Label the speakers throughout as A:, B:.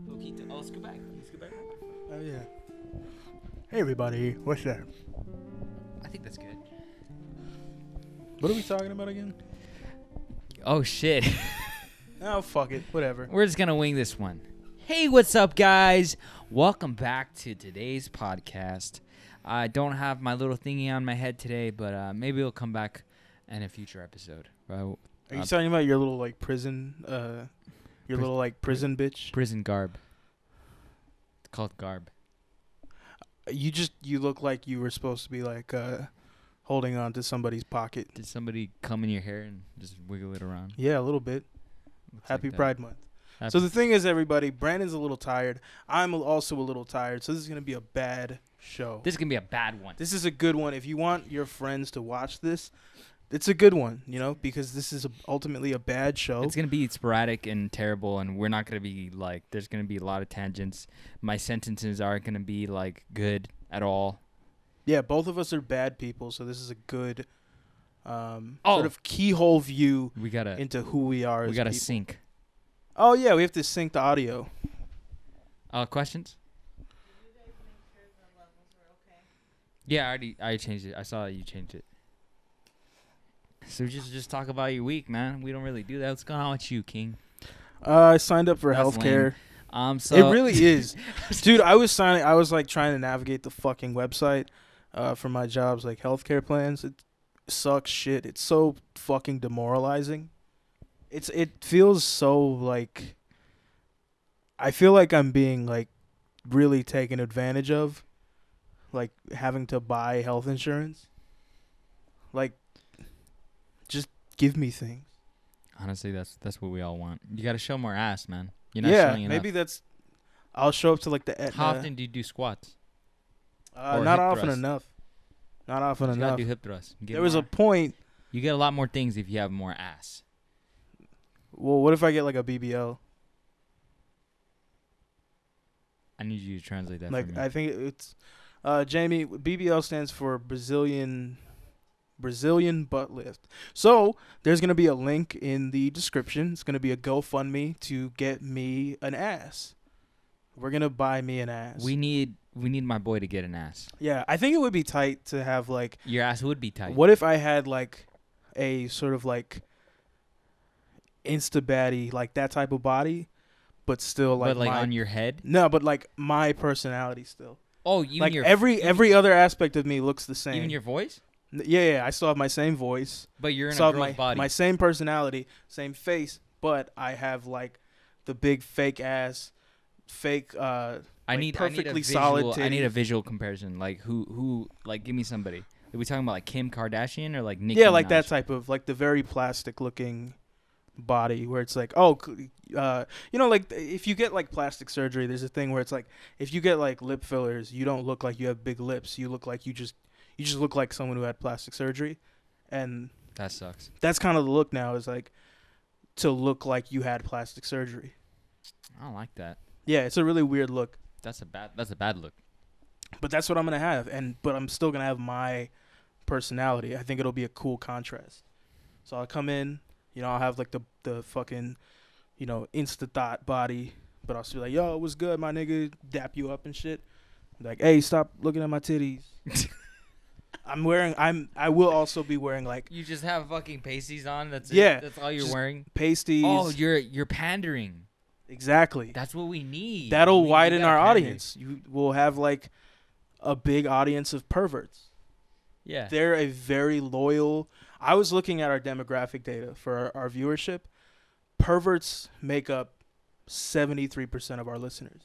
A: Okito. Oh, let's go back. Let's go back.
B: Oh yeah. Hey everybody, what's up?
A: I think that's good.
B: What are we talking about again?
A: Oh shit.
B: Oh fuck it, whatever.
A: We're just gonna wing this one. Hey, what's up, guys? Welcome back to today's podcast. I don't have my little thingy on my head today, but uh, maybe it'll come back in a future episode. Uh,
B: Are you
A: Uh,
B: talking about your little like prison, uh, your
A: Pris-
B: little like prison bitch?
A: prison garb. It's called garb.
B: You just you look like you were supposed to be like uh, holding on to somebody's pocket.
A: Did somebody come in your hair and just wiggle it around?
B: Yeah, a little bit.
A: Looks
B: Happy
A: like that.
B: Pride Month.
A: Happy-
B: So the thing is, everybody, Brandon's a little tired. I'm also a little tired. So this is gonna be a bad show.
A: this is gonna be a bad one.
B: This is a good one. If you want your friends to watch this, it's a good one. You know, because this is a, ultimately a bad show.
A: It's gonna be sporadic and terrible, and we're not gonna be like. There's gonna be a lot of tangents. My sentences aren't gonna be like good at all.
B: Yeah, both of us are bad people, so this is a good um,
A: Oh.
B: sort of keyhole view
A: We gotta
B: into who we are.
A: we
B: as
A: gotta
B: people.
A: sync.
B: Oh yeah, we have to sync the audio.
A: Uh, questions? Yeah, I already I changed it. I saw that you changed it. So just just talk about your week, man. We don't really do that. What's going on with you, King?
B: Uh, I signed up for
A: That's
B: healthcare.
A: Um, so
B: it really is, dude. I was signing. I was like trying to navigate the fucking website uh, for my jobs, like healthcare plans. It sucks shit. It's so fucking demoralizing. It's it feels so like. I feel like I'm being like really taken advantage of, like having to buy health insurance. Like, just give me things.
A: honestly, that's that's what we all want. You gotta show more ass, man. You're not
B: yeah,
A: showing enough.
B: maybe uh, that's. I'll show up to like the. Aetna.
A: How often do you do squats?
B: Uh,
A: Or
B: not
A: hip
B: often
A: thrust.
B: enough. Not often
A: You gotta
B: enough.
A: do hip thrusts. Get
B: There was a
A: more-
B: point.
A: you get a lot more things if you have more ass.
B: Well, what if I get like a BBL?
A: I need you to translate that for
B: like
A: me.
B: I think it's, uh, Jamie. BBL stands for Brazilian, Brazilian butt lift. So there's gonna be a link in the description. It's gonna be a GoFundMe to get me an ass. We're gonna buy me an ass.
A: we need we need my boy to get an ass.
B: yeah, I think it would be tight to have like
A: Your ass would be tight.
B: What if I had like a sort of like insta baddie, like that type of body, but still like,
A: but like
B: my,
A: on your head?
B: no, but like my personality still.
A: Oh, even
B: like
A: your
B: every
A: even-
B: every other aspect of me looks the same.
A: even your voice?
B: N- yeah, yeah, I still have my same voice,
A: But you're in a
B: still have
A: girl's
B: my
A: body.
B: my same personality, same face, but I have like the big fake ass, fake uh
A: I need I
B: like,
A: need
B: perfectly
A: a visual,
B: solid
A: I need a
B: titties.
A: visual comparison. Like who who like give me somebody. Are we talking about like Kim Kardashian or like Nicki?
B: yeah, like that
A: that's
B: type of like the very plastic looking body where it's like oh c- uh you know like if you get like plastic surgery there's a thing where it's like if you get like lip fillers you don't look like you have big lips you look like you just you just look like someone who had plastic surgery and
A: That sucks.
B: that's kind of the look now is like to look like you had plastic surgery
A: I don't like that.
B: yeah it's a really weird look
A: That's a bad that's a bad look.
B: but that's what i'm gonna have and but i'm still gonna have my personality i think it'll be a cool contrast so i'll come in you know i'll have like the the fucking you know insta thought body but i'll still be like yo what's good my nigga dap you up and shit like hey stop looking at my titties i'm wearing i'm i will also be wearing like
A: You just have fucking pasties on. That's
B: it. Yeah,
A: That's all
B: you're
A: you're
B: just-
A: wearing.
B: pasties
A: Oh, you're you're pandering.
B: exactly
A: That's what we need.
B: that'll
A: We- we
B: widen
A: gotta
B: our
A: pander.
B: audience you will have like a big audience of perverts
A: Yeah.
B: they're a very loyal i was looking at our demographic data for our, our viewership perverts make up 73% of our listeners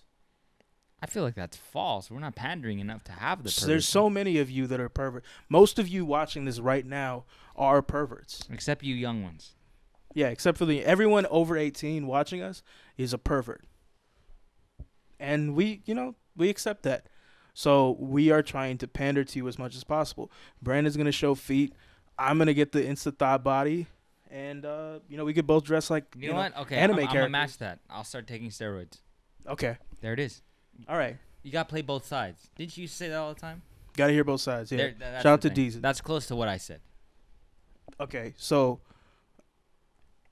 A: I feel like that's false. We're not pandering enough to have the.
B: so there's
A: perversion.
B: so many of you that are pervert most of you watching this right now are perverts
A: except you young ones.
B: yeah except for the everyone over 18 watching us is a pervert and we you know we accept that so we are trying to pander to you as much as possible brandon's going to show feet i'm going to get the insta thigh body and uh, you know we could both dress like
A: You, know, what? Okay,
B: anime
A: I'm, I'm gonna
B: characters.
A: match that. I'll start taking steroids.
B: Okay.
A: There it is.
B: All right.
A: You gotta play both sides. Didn't you say that all the time?
B: Got to hear both sides. Yeah.
A: There- tha- that's
B: Shout out
A: the
B: to
A: thing.
B: Deezus.
A: That's close to what I said.
B: Okay. So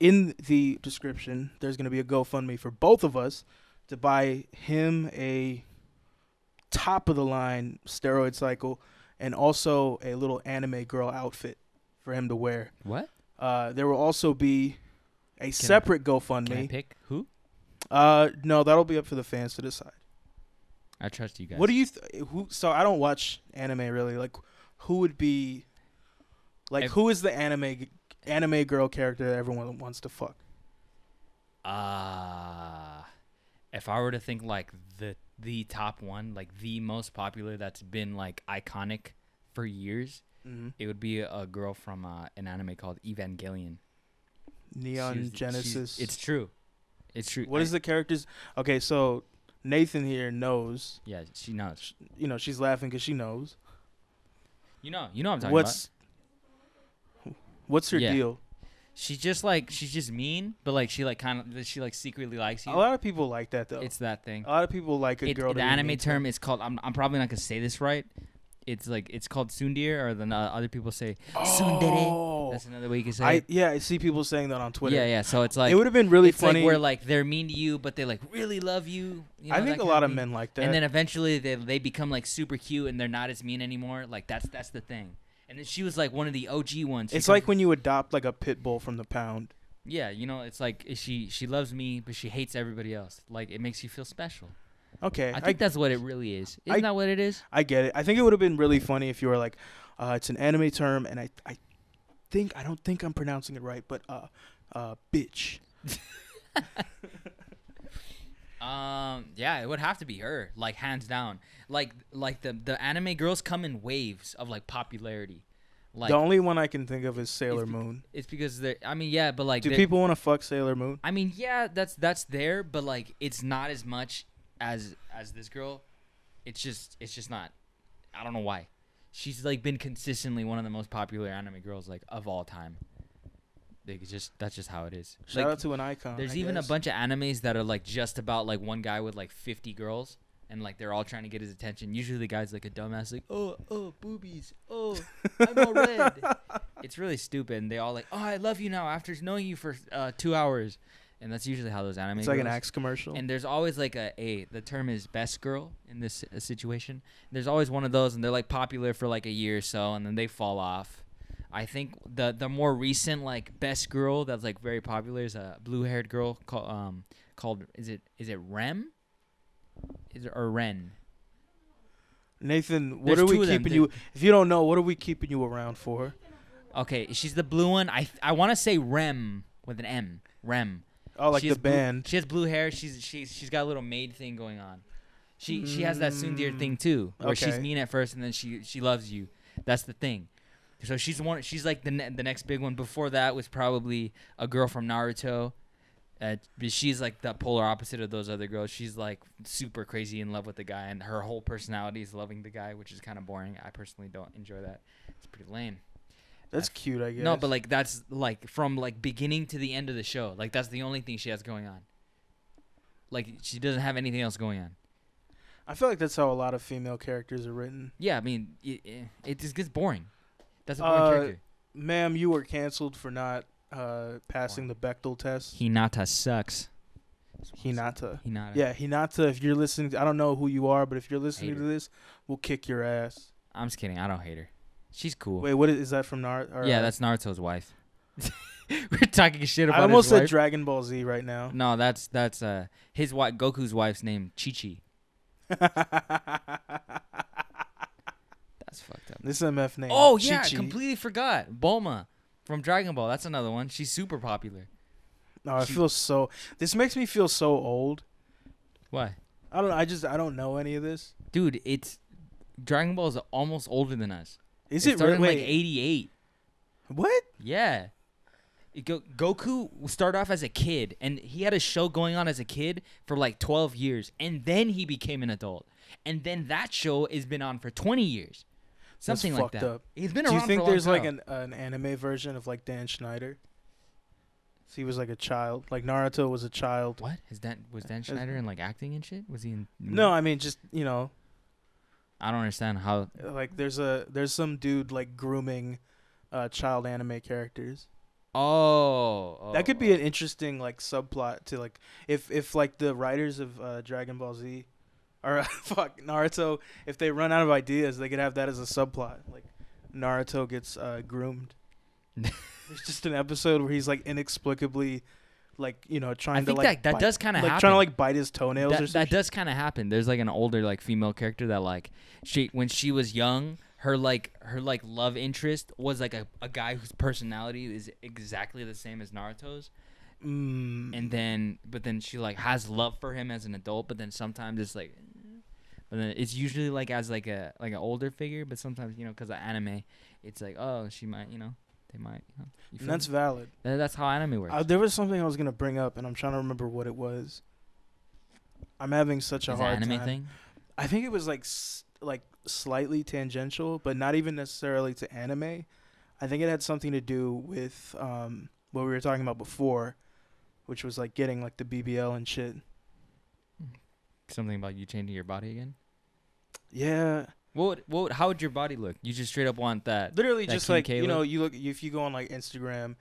B: in the description, there's going to be a GoFundMe for both of us to buy him a top of the line steroid cycle and also a little anime girl outfit for him to wear.
A: What?
B: Uh, there will also be a separate
A: Can I
B: GoFundMe.
A: pick who?
B: Uh, no, that'll be up for the fans to decide.
A: I trust you guys.
B: What do you th- eh, who? So I don't watch anime really. Like, who would be? Like,
A: Ev-
B: who is the anime g- anime girl character that everyone wants to fuck?
A: Ah, if I were to think like the the top one, like the most popular that's been like iconic for years,
B: Mm-hmm.
A: it would be a girl from uh, an anime called Evangelion.
B: Neon
A: She's- she's-
B: Genesis.
A: It's true. It's true.
B: what is the characters? Okay, so Nathan here knows.
A: Yeah, she knows.
B: You know, she's laughing because she knows.
A: You know, you know what I'm talking
B: What's What's her
A: Yeah.
B: deal?
A: about. She's just like she's just mean, but like she like kind of she like secretly likes you.
B: A lot of people like that though.
A: It's that thing.
B: a lot of people like a
A: It-
B: girl.
A: the
B: that they
A: anime
B: mean to.
A: term is called. I'm, I'm probably not gonna say this right. It's like it's called tsundere, or then uh, other people say tsundere.
B: Oh.
A: That's another way you can say.
B: I
A: it.
B: yeah, I see people saying that on Twitter.
A: Yeah, yeah. So it's like
B: it would have been really
A: it's
B: funny.
A: Like where like they're mean to you, but they like really love you. you know,
B: I
A: that
B: think
A: kind
B: a lot of
A: thing.
B: men like that.
A: And then eventually they they become like super cute, and they're not as mean anymore. Like that's that's the thing. And then she was like one of the OG ones. She
B: it's
A: comes-
B: like when you adopt like a pit bull from the pound.
A: yeah, you know, it's like she she loves me, but she hates everybody else. Like it makes you feel special.
B: Okay,
A: I
B: I,
A: think that's what it really is.
B: I-
A: Isn't that what it is?
B: I get it. I think it would have been really funny if you were like, uh, it's an anime term, and I I think I don't think I'm pronouncing it right, but uh, uh, bitch.
A: Um, yeah, it would have to be her, like hands down. Like like the the anime girls come in waves of like popularity. Like
B: the only one I can think of is Sailor
A: bec-
B: Moon.
A: it's because they're. I mean, yeah, but like
B: Do
A: they-
B: people want to fuck Sailor Moon?
A: I mean, yeah, that's that's there, but like it's not as much as as this girl. It's just it's just not. I don't know why. She's like been consistently one of the most popular anime girls like of all time. Like it's just that's just how it is.
B: Shout
A: Like,
B: out to an icon.
A: there's
B: I
A: even
B: guess.
A: a bunch of animes that are like just about like one guy with like 50 girls and like they're all trying to get his attention. Usually the guy's like a dumbass like, "Oh, oh, boobies. Oh, I'm all red." it's really stupid. And they all like, "Oh, I love you now after knowing you for uh, 2 hours." And that's usually how those anime
B: It's like an
A: goes.
B: axe commercial.
A: And there's always like a, a the term is best girl in this uh, situation. There's always one of those, and they're like popular for like a year or so, and then they fall off. I think the the more recent like best girl that's like very popular is a blue haired girl called um called is it is it Rem? Is it or Ren?
B: Nathan, what
A: There's
B: are
A: two
B: we
A: of them,
B: keeping you? If you don't know, what are we keeping you around for?
A: Okay, she's the blue one. I I want to say Rem with an M. Rem.
B: Oh, like
A: She
B: the
A: has blue-
B: band.
A: she has blue hair. She's she's she's got a little maid thing going on. She she has that tsundere thing too, where she's
B: okay.
A: mean at first and then she she loves you. That's the thing. So she's one. She's like the ne- the next big one. Before that was probably a girl from Naruto. Uh, but she's like the polar opposite of those other girls. She's like super crazy in love with the guy, and her whole personality is loving the guy, which is kind of boring. I personally don't enjoy that. It's pretty lame.
B: That's cute, I guess.
A: No, but like that's like from like beginning to the end of the show. Like that's the only thing she has going on. Like she doesn't have anything else going on.
B: I feel like that's how a lot of female characters are written.
A: Yeah, I mean it, it just gets boring. That's a boring
B: Uh,
A: character.
B: Ma'am, you were canceled for not uh, passing the Bechtel test.
A: Hinata sucks.
B: Hinata.
A: Hinata.
B: Yeah, Hinata, if you're listening, I don't know who you are, but if you're listening
A: Hate
B: to this, we'll kick your ass.
A: I'm just kidding. I don't hate her. She's cool.
B: Wait, what is, is that from Naruto? Or,
A: yeah,
B: uh,
A: that's Naruto's wife. We're talking shit about
B: I almost
A: his
B: said
A: wife.
B: Dragon Ball Z right now.
A: no, that's that's uh his wife Goku's wife's name Chi Chi. That's fucked up.
B: this MF name.
A: Oh yeah, I
B: Chi-Chi.
A: completely forgot. Bulma from Dragon Ball. That's another one. She's super popular.
B: No, I
A: Chi-
B: feel Oh, so. This makes me feel so old.
A: Why?
B: I don't. I just. I don't know any of this.
A: dude it's dragon ball is almost older than us
B: Is
A: it,
B: it,
A: started
B: really?
A: in
B: Wait,
A: like 88
B: what?
A: yeah It Go- goku started off as a kid and he had a show going on as a kid for like 12 years and then he became an adult and then that show has been on for 20 years
B: That's
A: something like
B: fucked
A: that
B: up.
A: he's been
B: Do
A: around
B: you think
A: for a long
B: there's like
A: time.
B: an an anime version of like Dan Schneider? So he was like a child. Like Naruto was a child.
A: what is that was dan
B: There's-
A: schneider in like acting and shit was he in
B: No, I mean just you know,
A: i don't understand how
B: like there's a there's some dude like grooming uh child anime characters.
A: Oh,
B: That could
A: oh,
B: be
A: oh.
B: an interesting like subplot to like if if like the writers of uh, Dragon Ball Z or fuck Naruto, if they run out of ideas, they could have that as a subplot. Like Naruto gets uh, groomed. There's just an episode where he's like inexplicably like, you know, trying
A: I
B: to
A: think
B: like
A: that, that
B: bite-
A: does kind of
B: like
A: happen.
B: trying to like bite his toenails
A: that,
B: or something.
A: that does kind of happen. There's like an older like female character that like she when she was young, her like her like love interest was like a, a guy whose personality is exactly the same as Naruto's,
B: mm,
A: and then but then she like has love for him as an adult, but then sometimes it's like, but then it's usually like as like a like an older figure, but sometimes you know because of anime, it's like oh she might you know they might you know you feel
B: and that's
A: me?
B: valid.
A: Tha- that's how anime works.
B: Uh, there was something I was gonna bring up, and I'm trying to remember what it was. I'm having such a
A: Is it
B: hard
A: anime
B: time.
A: thing.
B: I think it was like s- like slightly tangential, but not even necessarily to anime. I think it had something to do with um, what we were talking about before, which was like getting like the BBL and shit.
A: Something about you changing your body again.
B: Yeah,
A: What would, what would, how would your body look? You just straight up want that.
B: literally
A: That
B: just
A: Kim
B: like
A: K
B: you know,
A: look?
B: you look if you go on like Instagram,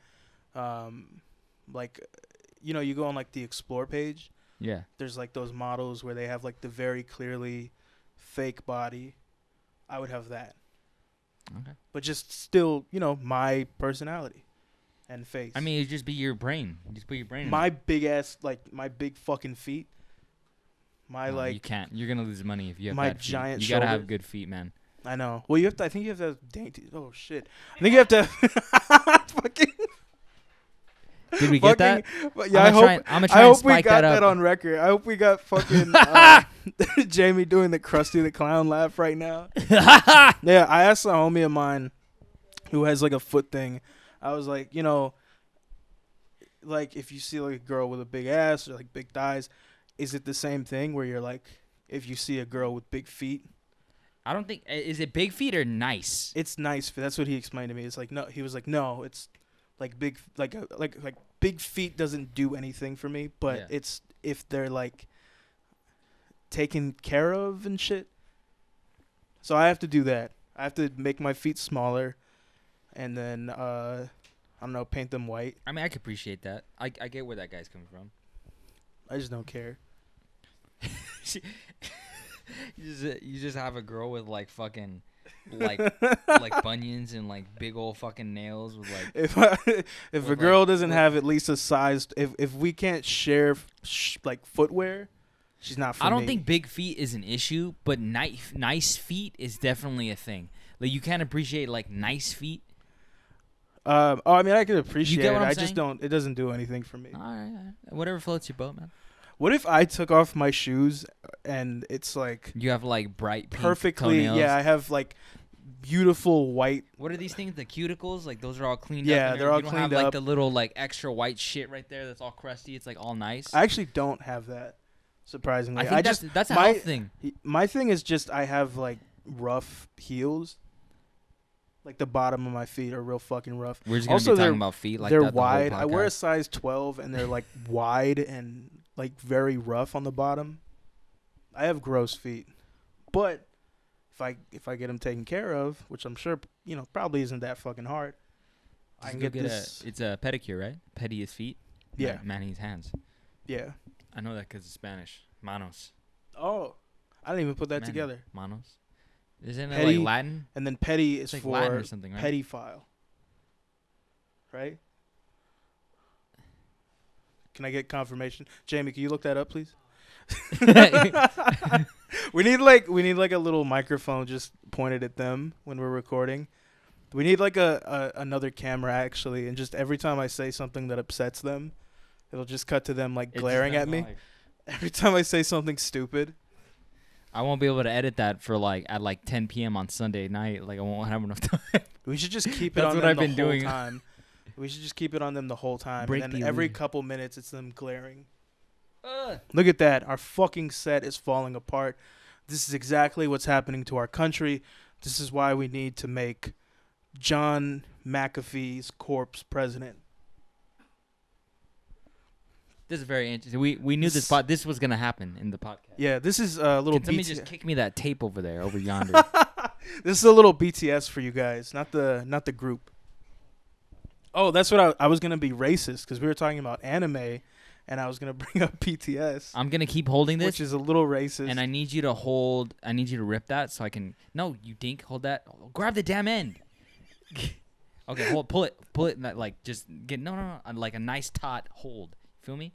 B: um, like you know, you go on like the explore page.
A: Yeah.
B: There's like those models where they have like the very clearly fake body. I would have that.
A: Okay.
B: but just still, you know, my personality and face.
A: I mean, it'd just be your brain. You just put your brain. in
B: my
A: it.
B: big ass, like my big fucking feet, my
A: No, you
B: like,
A: can't. You're gonna lose money if you have
B: my
A: bad feet.
B: giant
A: You gotta have
B: shoulders.
A: good feet, man.
B: I know. Well, you have to. I think you have to have dainty. Oh shit! I think you have to have fucking.
A: Did we get that?
B: fucking- but yeah, I
A: I'm
B: hope.
A: gonna try. and- I'm gonna try
B: I
A: and
B: hope we
A: spike
B: got
A: that
B: that,
A: up.
B: on record. I hope we got fucking uh, Jamie doing the Krusty the Clown laugh right now. Yeah, I asked a homie of mine who has like a foot thing. I was like, you know, like if you see like a girl with a big ass or like big thighs, is it the same thing where you're like, if you see a girl with big feet,
A: I don't think. i- Is it big feet or nice?
B: it's nice. But that's what he explained to me. It's like no, he was like, no, it's like big, like a- like like big feet doesn't do anything for me. But
A: Yeah.
B: it's if they're like taken care of and shit. So I have to do that. I have to make my feet smaller, and then uh, I don't know, paint them white.
A: I mean, I could appreciate that. I, I get where that guy's coming from.
B: I just don't care.
A: You just, you just have a girl with like fucking, like like bunions and like big old fucking nails with like.
B: If I, if
A: With,
B: a
A: like,
B: girl doesn't
A: with-
B: have at least a size, if if we can't share f- sh- like footwear, she's not. For
A: I don't
B: me.
A: think big feet is an issue, but nice nice feet is definitely a thing. Like you can appreciate like nice feet.
B: Um, oh, I mean, I could appreciate
A: get
B: it.
A: what I'm
B: I
A: saying?
B: just don't. It doesn't do anything for me.
A: All right, all right. whatever floats your boat, man.
B: What if I took off my shoes and it's like
A: You have like bright pink
B: perfectly?
A: toenails.
B: Yeah, I have like beautiful white.
A: What are these things? The cuticles, like those are all cleaned up.
B: Yeah,
A: and
B: they're all
A: everything. you don't
B: cleaned
A: have, Like
B: up.
A: the little like extra white shit right there that's all crusty. It's like all nice.
B: I actually don't have that. Surprisingly,
A: I
B: I,
A: think that's
B: just
A: that's a
B: my-
A: health thing.
B: my thing is just I have like rough heels. Like the bottom of my feet are real fucking rough.
A: We're just gonna
B: also
A: be talking
B: they're-
A: about feet like
B: they're
A: that the whole
B: wide. I wear a
A: podcast.
B: size 12 and they're like wide and like very rough on the bottom. I have gross feet. But if I if I get them taken care of, which I'm sure, you know, probably isn't that fucking hard. I
A: Just
B: can
A: go
B: get, this.
A: A, it's a pedicure, right? Petty his feet.
B: yeah.
A: Like, Manny's hands.
B: Yeah.
A: I know that because it's Spanish. Manos.
B: Oh, I didn't even put that
A: Mano.
B: together.
A: Manos. Isn't it
B: Petty-
A: like Latin?
B: And then petty is
A: It's like
B: for
A: Latin or something, right?
B: petty file. Right? Can I get confirmation? Jamie, can you look that up, please? we need like we need like a little microphone just pointed at them when we're recording. We need like a, a another camera actually, and just every time I say something that upsets them, it'll just cut to them like
A: It just
B: glaring at
A: sounds
B: me.
A: like-
B: Every time I say something stupid,
A: I won't be able to edit that for like at like 10 p.m. on Sunday night. Like I won't have enough time.
B: we should just keep it
A: That's
B: on
A: what
B: them
A: I've
B: the
A: been
B: whole
A: doing.
B: time. We should just keep it on them the whole time,
A: Break
B: and
A: the
B: then every
A: illusion.
B: couple minutes it's them glaring. Look at that. Our fucking set is falling apart. This is exactly what's happening to our country. This is why we need to make John McAfee's corpse president.
A: This is very interesting. We we knew this
B: This-
A: pod, this was gonna happen in the podcast.
B: Yeah, this is a little
A: Can somebody
B: BTS.
A: just kick me that tape over there, over yonder?
B: this is a little BTS for you guys, not the not the group. Oh, that's what I, I was gonna be racist because we were talking about anime, and I was gonna bring up PTS,
A: I'm gonna keep holding this,
B: which is a little racist.
A: and I need you to hold. I need you to rip that so I can. No, you dink. Hold that. Grab the damn end. okay, hold. Pull it. Pull it. and that, Like just get. No, no, no. uh, Like a nice taut hold. Feel me?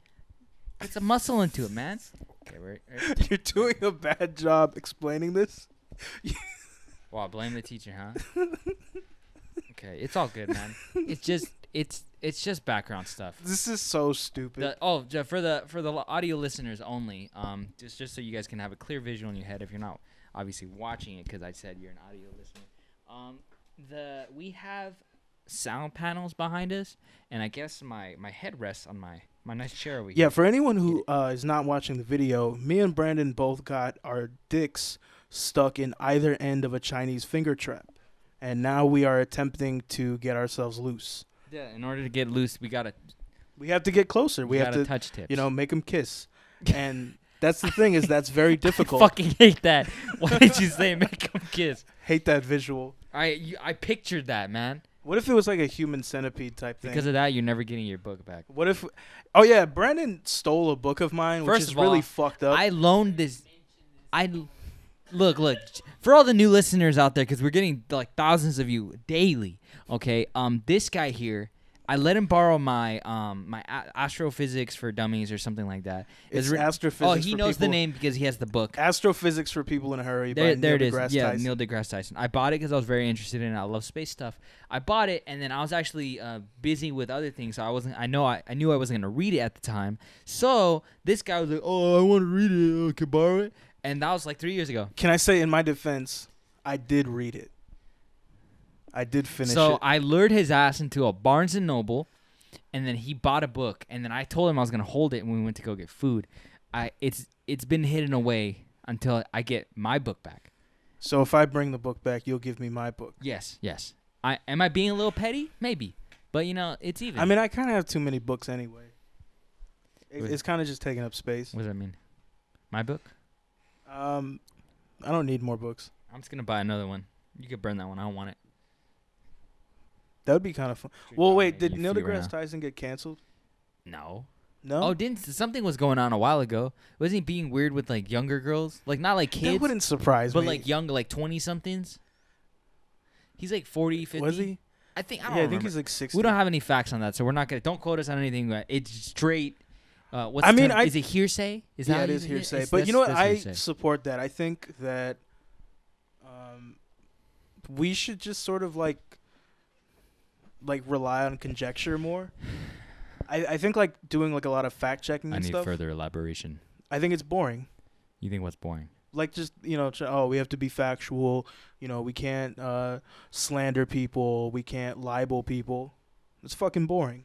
A: It's a muscle into it, man. Okay, right, right.
B: You're doing a bad job explaining this.
A: Wow, blame the teacher, huh? okay, it's all good, man. It's just. It's. It's just background stuff.
B: This is so stupid.
A: The, oh, ju- for the for the audio listeners only, um, just just so you guys can have a clear visual in your head if you're not obviously watching it because I said you're an audio listener. Um, the we have sound panels behind us, and I guess my my head rests on my my nice chair over here.
B: yeah, for anyone who uh, is not watching the video, me and Brandon both got our dicks stuck in either end of a Chinese finger trap, and now we are attempting to get ourselves loose.
A: Yeah. In order to get loose, we gotta
B: We have to get closer.
A: we,
B: We, have
A: gotta
B: to,
A: touch tips.
B: you know, make them kiss, and that's the thing is that's very difficult.
A: fucking hate that. Why did you say make them kiss?
B: Hate that visual.
A: I you, I pictured that man.
B: What if it was like a human centipede type thing?
A: Because of that, you're never getting your book back.
B: what if? Oh yeah, Brandon stole a book of mine, which
A: First
B: is
A: of
B: really
A: all,
B: fucked up.
A: I loaned this. I l- look, look for all the new listeners out there because we're getting like thousands of you daily. Okay, um, this guy here, I let him borrow my um my a- astrophysics for dummies or something like that.
B: it's
A: re-
B: astrophysics.
A: oh, he
B: for
A: knows the
B: people-
A: name because he has the book.
B: Astrophysics for People in a Hurry
A: There,
B: by
A: there it
B: Neil
A: is.
B: deGrasse
A: yeah,
B: Tyson.
A: Neil deGrasse Tyson. I bought it because I was very interested in it. I love space stuff. I bought it, and then I was actually uh, busy with other things, so I wasn't. I know. I, I knew I wasn't gonna read it at the time. So this guy was like, "Oh, I want to read it. Uh, can I borrow it." And that was like three years ago.
B: Can I say, in my defense, I did read it. I did finish
A: so
B: it.
A: I lured his ass into a Barnes and Noble, and then he bought a book, and then I told him I was gonna hold it when we went to go get food. I it's it's been hidden away until I get my book back.
B: so if I bring the book back, you'll give me my book.
A: Yes, yes. I am I being a little petty? Maybe, but you know it's even.
B: I mean, I kind of have too many books anyway. It,
A: Wait.
B: it's kind of just taking up space.
A: What does that mean? My book?
B: Um, I don't need more books.
A: I'm just gonna buy another one. You could burn that one. I don't want it.
B: That would be kind of fun. Well, wait, did Neil deGrasse Tyson get canceled?
A: No.
B: No.
A: Oh, didn't something was going on a while ago? Wasn't he being weird with like younger girls? Like not like
B: that
A: kids,
B: wouldn't surprise
A: but
B: me.
A: like young, like twenty somethings. He's like 40, 50.
B: was he?
A: I think I
B: Yeah,
A: don't
B: I think
A: remember.
B: he's like sixty.
A: we don't have any facts on that, so we're not gonna. Don't quote us on anything. but It's straight. Uh, what's
B: I
A: the
B: mean,
A: term?
B: I-
A: is it hearsay? Is
B: yeah,
A: that how
B: it
A: you-
B: is hearsay.
A: it's-
B: but
A: that's-
B: you know what?
A: that's
B: I
A: hearsay.
B: support that. I think that um, we should just sort of like like rely on conjecture more. I, I think like doing like a lot of fact checking
A: I
B: and
A: need
B: stuff.
A: further elaboration.
B: I think it's boring.
A: You think what's boring?
B: Like just you know, tr- oh, we have to be factual. You know, we can't uh, slander people. We can't libel people. It's fucking boring.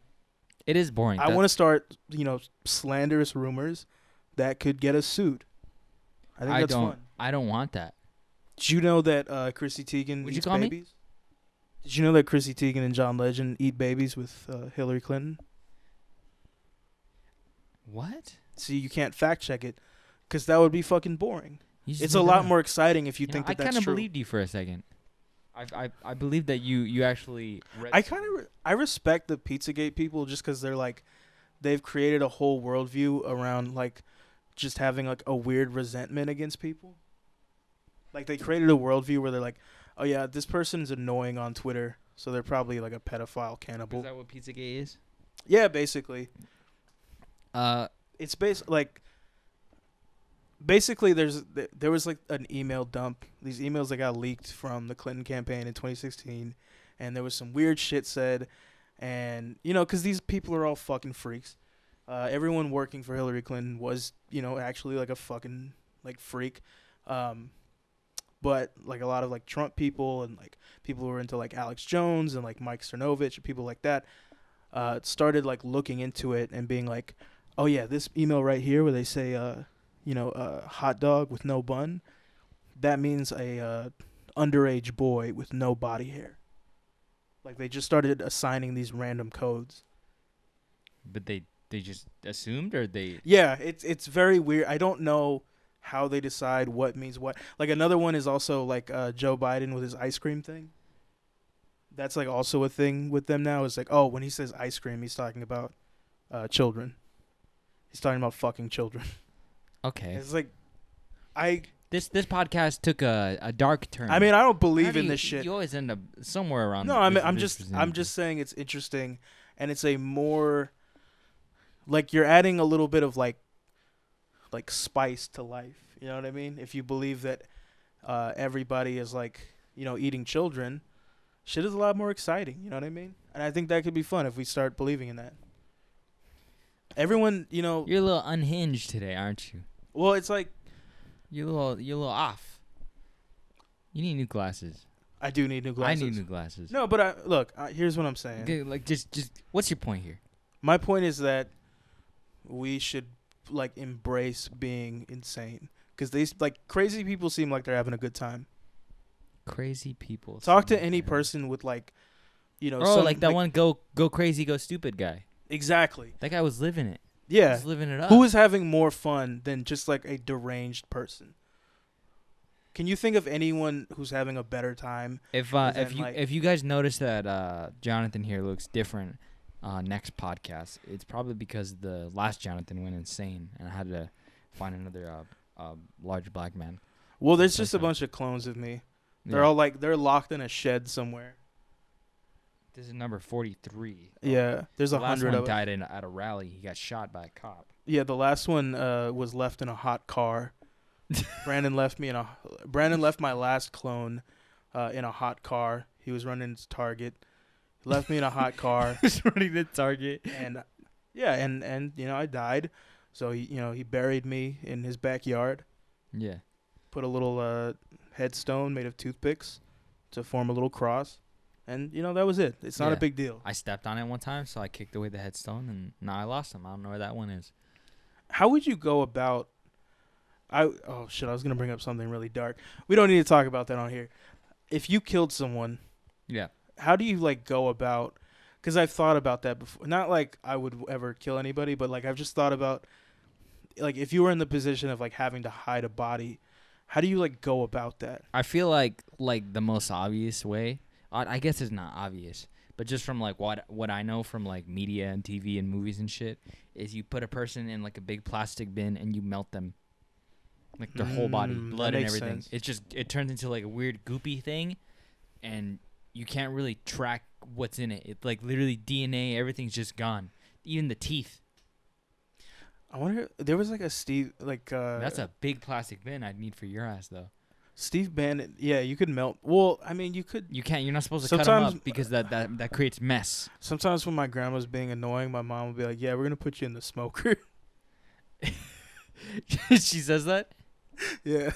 A: It is boring.
B: I want to start you know slanderous rumors that could get us sued. I think that's
A: don't.
B: fun.
A: I don't want that.
B: Did you know that uh, Chrissy Teigen
A: Would you
B: eats
A: call me?
B: babies? Did you know that Chrissy Teigen and John Legend eat babies with uh, Hillary Clinton?
A: What?
B: See, you can't fact check it because that would be fucking boring.
A: You just
B: It's a
A: made that
B: lot
A: up.
B: more exciting if you,
A: You know,
B: think that
A: I
B: that's
A: of
B: true.
A: believed you for a second. I I I believe that you you actually. Read
B: I kind of re- I respect the Pizzagate people just because they're like they've created a whole worldview around like just having like a weird resentment against people. Like they created a worldview where they're like, oh yeah, this person's annoying on Twitter, so they're probably like a pedophile
A: Is
B: cannibal.
A: that what PizzaGate is?
B: yeah, basically.
A: Uh,
B: it's based like basically there's th- there was like an email dump these emails that got leaked from the clinton campaign in 2016 and there was some weird shit said and you know because these people are all fucking freaks uh, everyone working for hillary clinton was you know actually like a fucking like freak um, but like a lot of like trump people and like people who were into like alex jones and like mike cernovich and people like that uh, started like looking into it and being like oh yeah, this email right here where they say, uh, you know, uh, hot dog with no bun, that means a uh, underage boy with no body hair. Like they just started assigning these random codes.
A: but they they just assumed or they.
B: Yeah, it's it's very weird. I don't know how they decide what means what. Like another one is also like uh, Joe Biden with his ice cream thing. that's like also a thing with them now is like oh when he says ice cream he's talking about uh, children. He's talking about fucking children.
A: Okay.
B: It's like I
A: This this podcast took a, a dark turn. Um,
B: I mean I don't
A: How
B: believe
A: do
B: in
A: you-
B: this shit.
A: You always end up somewhere around.
B: No, I'm
A: this-
B: I'm
A: this
B: just I'm
A: percentage.
B: just saying it's interesting, and it's a more like you're adding a little bit of like like spice to life. You know what I mean? If you believe that uh, everybody is like you know eating children, shit is a lot more exciting. You know what I mean? And I think that could be fun if we start believing in that. Everyone, you know,
A: You're a little unhinged today, aren't you?
B: well, it's like
A: You're a little you're a little off. You need new glasses.
B: I do need new glasses.
A: I need new glasses.
B: no, but I, look, I, here's what I'm saying.
A: Dude, like just just what's your point here?
B: My point is that we should like embrace being insane because they like crazy people seem like they're having a good time.
A: Crazy people.
B: Talk
A: seem
B: to any
A: they're-
B: person with like, you know,
A: Oh,
B: some-
A: like that one go go crazy go stupid guy.
B: exactly.
A: That guy was living it. He
B: Yeah,
A: was living it up.
B: who is having more fun than just like a deranged person? Can you think of anyone who's having a better time?
A: If uh,
B: As
A: if
B: in,
A: you
B: like-
A: if you guys notice that uh, Jonathan here looks different uh, next podcast, it's probably because the last Jonathan went insane and I had to find another uh, uh, large black man.
B: Well, there's just a
A: Person.
B: bunch of clones of me. They're
A: Yeah.
B: all like they're locked in a shed somewhere.
A: This is number forty three.
B: Yeah, there's
A: Oh. the
B: a
A: last
B: hundred
A: one
B: of them.
A: died in, at a rally. He got shot by a cop.
B: Yeah, the last one uh, was left in a hot car. Brandon left me in a. Brandon left my last clone uh, in a hot car. He was running to Target. He left me in a hot car,
A: He's running the target.
B: and yeah, and and you know I died. So he, you know, he buried me in his backyard.
A: Yeah.
B: Put a little uh, headstone made of toothpicks to form a little cross, and you know that was it. It's not
A: Yeah.
B: a big deal.
A: I stepped on it one time, so I kicked away the headstone, and now I lost him. I don't know where that one is.
B: how would you go about I oh shit, I was gonna bring up something really dark. We don't need to talk about that on here. If you killed someone,
A: Yeah.
B: how do you like go about because I've thought about that before. Not like I would ever kill anybody, but like I've just thought about like if you were in the position of like having to hide a body, how do you like go about that?
A: I feel like like the most obvious way. I, I guess it's not obvious, but just from like what what I know from like media and TV and movies and shit is you put a person in like a big plastic bin and you melt them, like their whole body,
B: Mm, that
A: blood and
B: makes
A: everything.
B: sense.
A: It just it turns into like a weird goopy thing, and you can't really track what's in it. It like literally DNA, everything's just gone. Even the teeth.
B: I wonder there was like a Steve like uh
A: That's a big plastic bin I'd need for your ass though.
B: Steve Bannon yeah, you could melt well, I mean you could
A: You can't. You're not supposed to cut 'em cut them
B: Sometimes-
A: up because that that that creates mess.
B: Sometimes when my grandma's being annoying, my mom would be like, "Yeah, we're gonna put you in the smoker."
A: she says that.
B: yeah,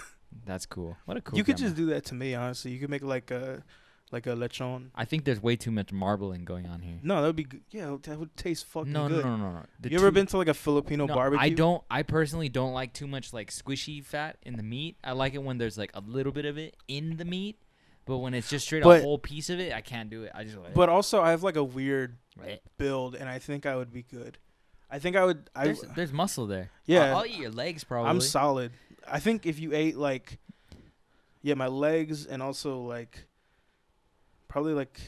A: That's cool. What a cool.
B: you could
A: grandma.
B: just do that to me. Honestly, you could make like a like a lechon.
A: I think there's way too much marbling going on here.
B: No, that would be good. yeah, that would taste fucking
A: No, no,
B: good.
A: no, no, no. The
B: you ever
A: too-
B: been to like a Filipino
A: no,
B: barbecue?
A: I don't. I personally don't like too much like squishy fat in the meat. I like it when there's like a little bit of it in the meat, but when it's just straight
B: But-
A: a whole piece of it, I can't do it. I just like.
B: But also, I have like a weird
A: Bleh.
B: build, and I think I would be good. I think I would. I
A: there's, there's muscle there.
B: Yeah.
A: I'll, I'll eat your legs probably.
B: I'm solid. I think if you ate like, yeah, my legs and also like, probably like,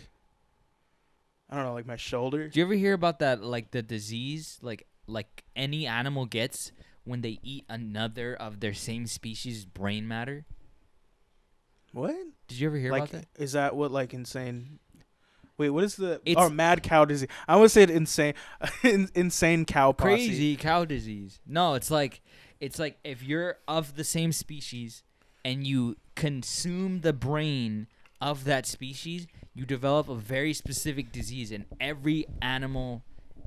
B: I don't know, like my shoulder.
A: Do you ever hear about that like the disease like like any animal gets when they eat another of their same species brain matter?
B: What?
A: Did you ever hear
B: like,
A: about that?
B: is that what like insane? Wait, what is the
A: It's-
B: or mad cow disease? I want to say it insane, in, insane cow posse.
A: crazy cow disease. No, it's like it's like if you're of the same species and you consume the brain of that species, you develop a very specific disease and every animal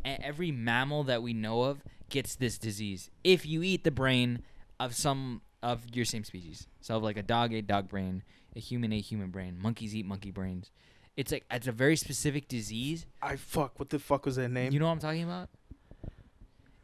A: e- every mammal that we know of gets this disease if you eat the brain of some of your same species. So like a dog ate dog brain, a human ate human brain, monkeys eat monkey brains. It's like it's a very specific disease
B: I fuck. What the fuck was that name?
A: you know what I'm talking about?